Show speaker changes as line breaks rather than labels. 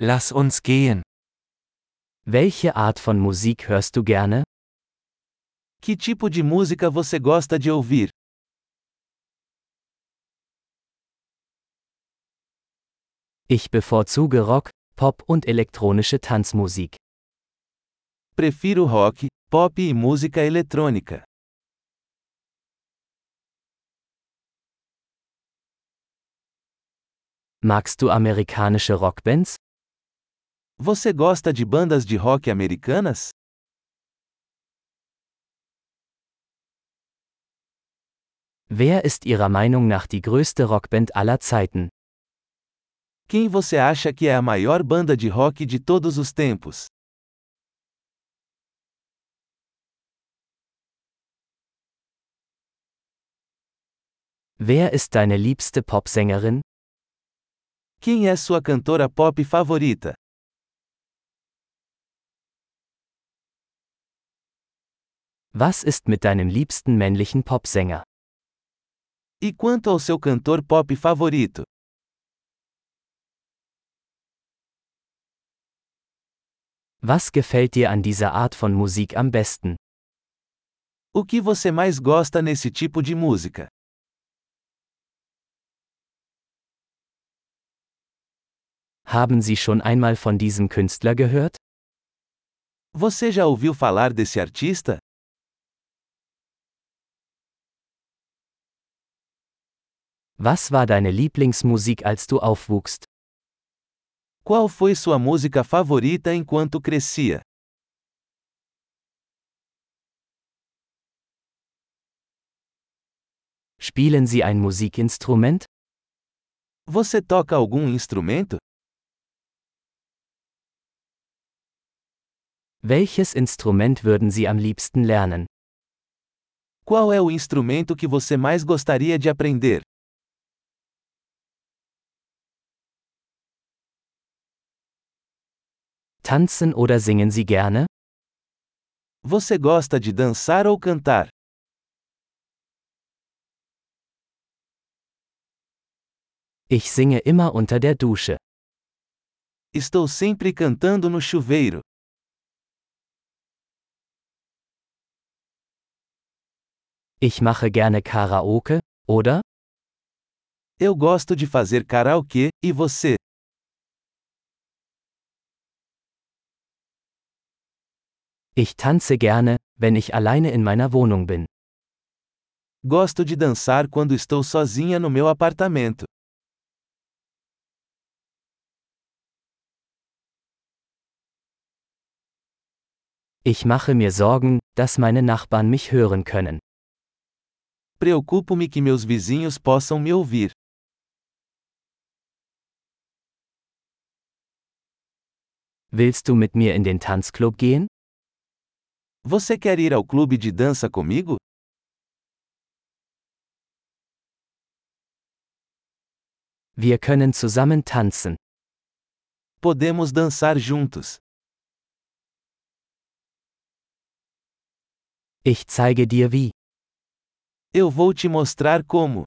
Lass uns gehen.
Welche Art von Musik hörst du gerne?
Que tipo de música você gosta de ouvir?
Ich bevorzuge Rock, Pop und elektronische Tanzmusik.
Prefiro rock, pop e música eletrônica.
Magst du amerikanische Rockbands?
Você gosta de bandas de rock americanas?
Wer ist Ihrer Meinung nach die größte Rockband aller Zeiten?
Quem você acha que é a maior banda de rock de todos os tempos?
Wer ist deine liebste Popsängerin?
Quem é sua cantora pop favorita?
Was ist mit deinem liebsten männlichen Popsänger?
E quanto ao seu cantor pop favorito?
Was gefällt dir an dieser Art von Musik am besten?
O que você mais gosta nesse tipo de música?
Haben Sie schon einmal von diesem Künstler gehört?
Você já ouviu falar desse artista?
Was war deine Lieblingsmusik, als du aufwuchst?
Qual foi sua música favorita enquanto crescia?
Spielen Sie ein Musikinstrument?
Você toca algum instrumento?
Welches Instrument würden Sie am liebsten lernen?
Qual é o instrumento que você mais gostaria de aprender?
Tanzen oder singen Sie gerne?
Você gosta de dançar ou cantar?
Ich singe immer unter der Dusche.
Estou sempre cantando no chuveiro.
Ich mache gerne Karaoke, oder?
Eu gosto de fazer karaokê, e você?
Ich tanze gerne, wenn ich alleine in meiner Wohnung bin.
Gosto de dançar quando estou sozinha no meu apartamento.
Ich mache mir Sorgen, dass meine Nachbarn mich hören können.
Preocupo-me que meus vizinhos possam me ouvir.
Willst du mit mir in den Tanzclub gehen?
Você quer ir ao clube de dança comigo?
Wir können zusammen tanzen.
Podemos dançar juntos.
Ich zeige dir wie.
Eu vou te mostrar como.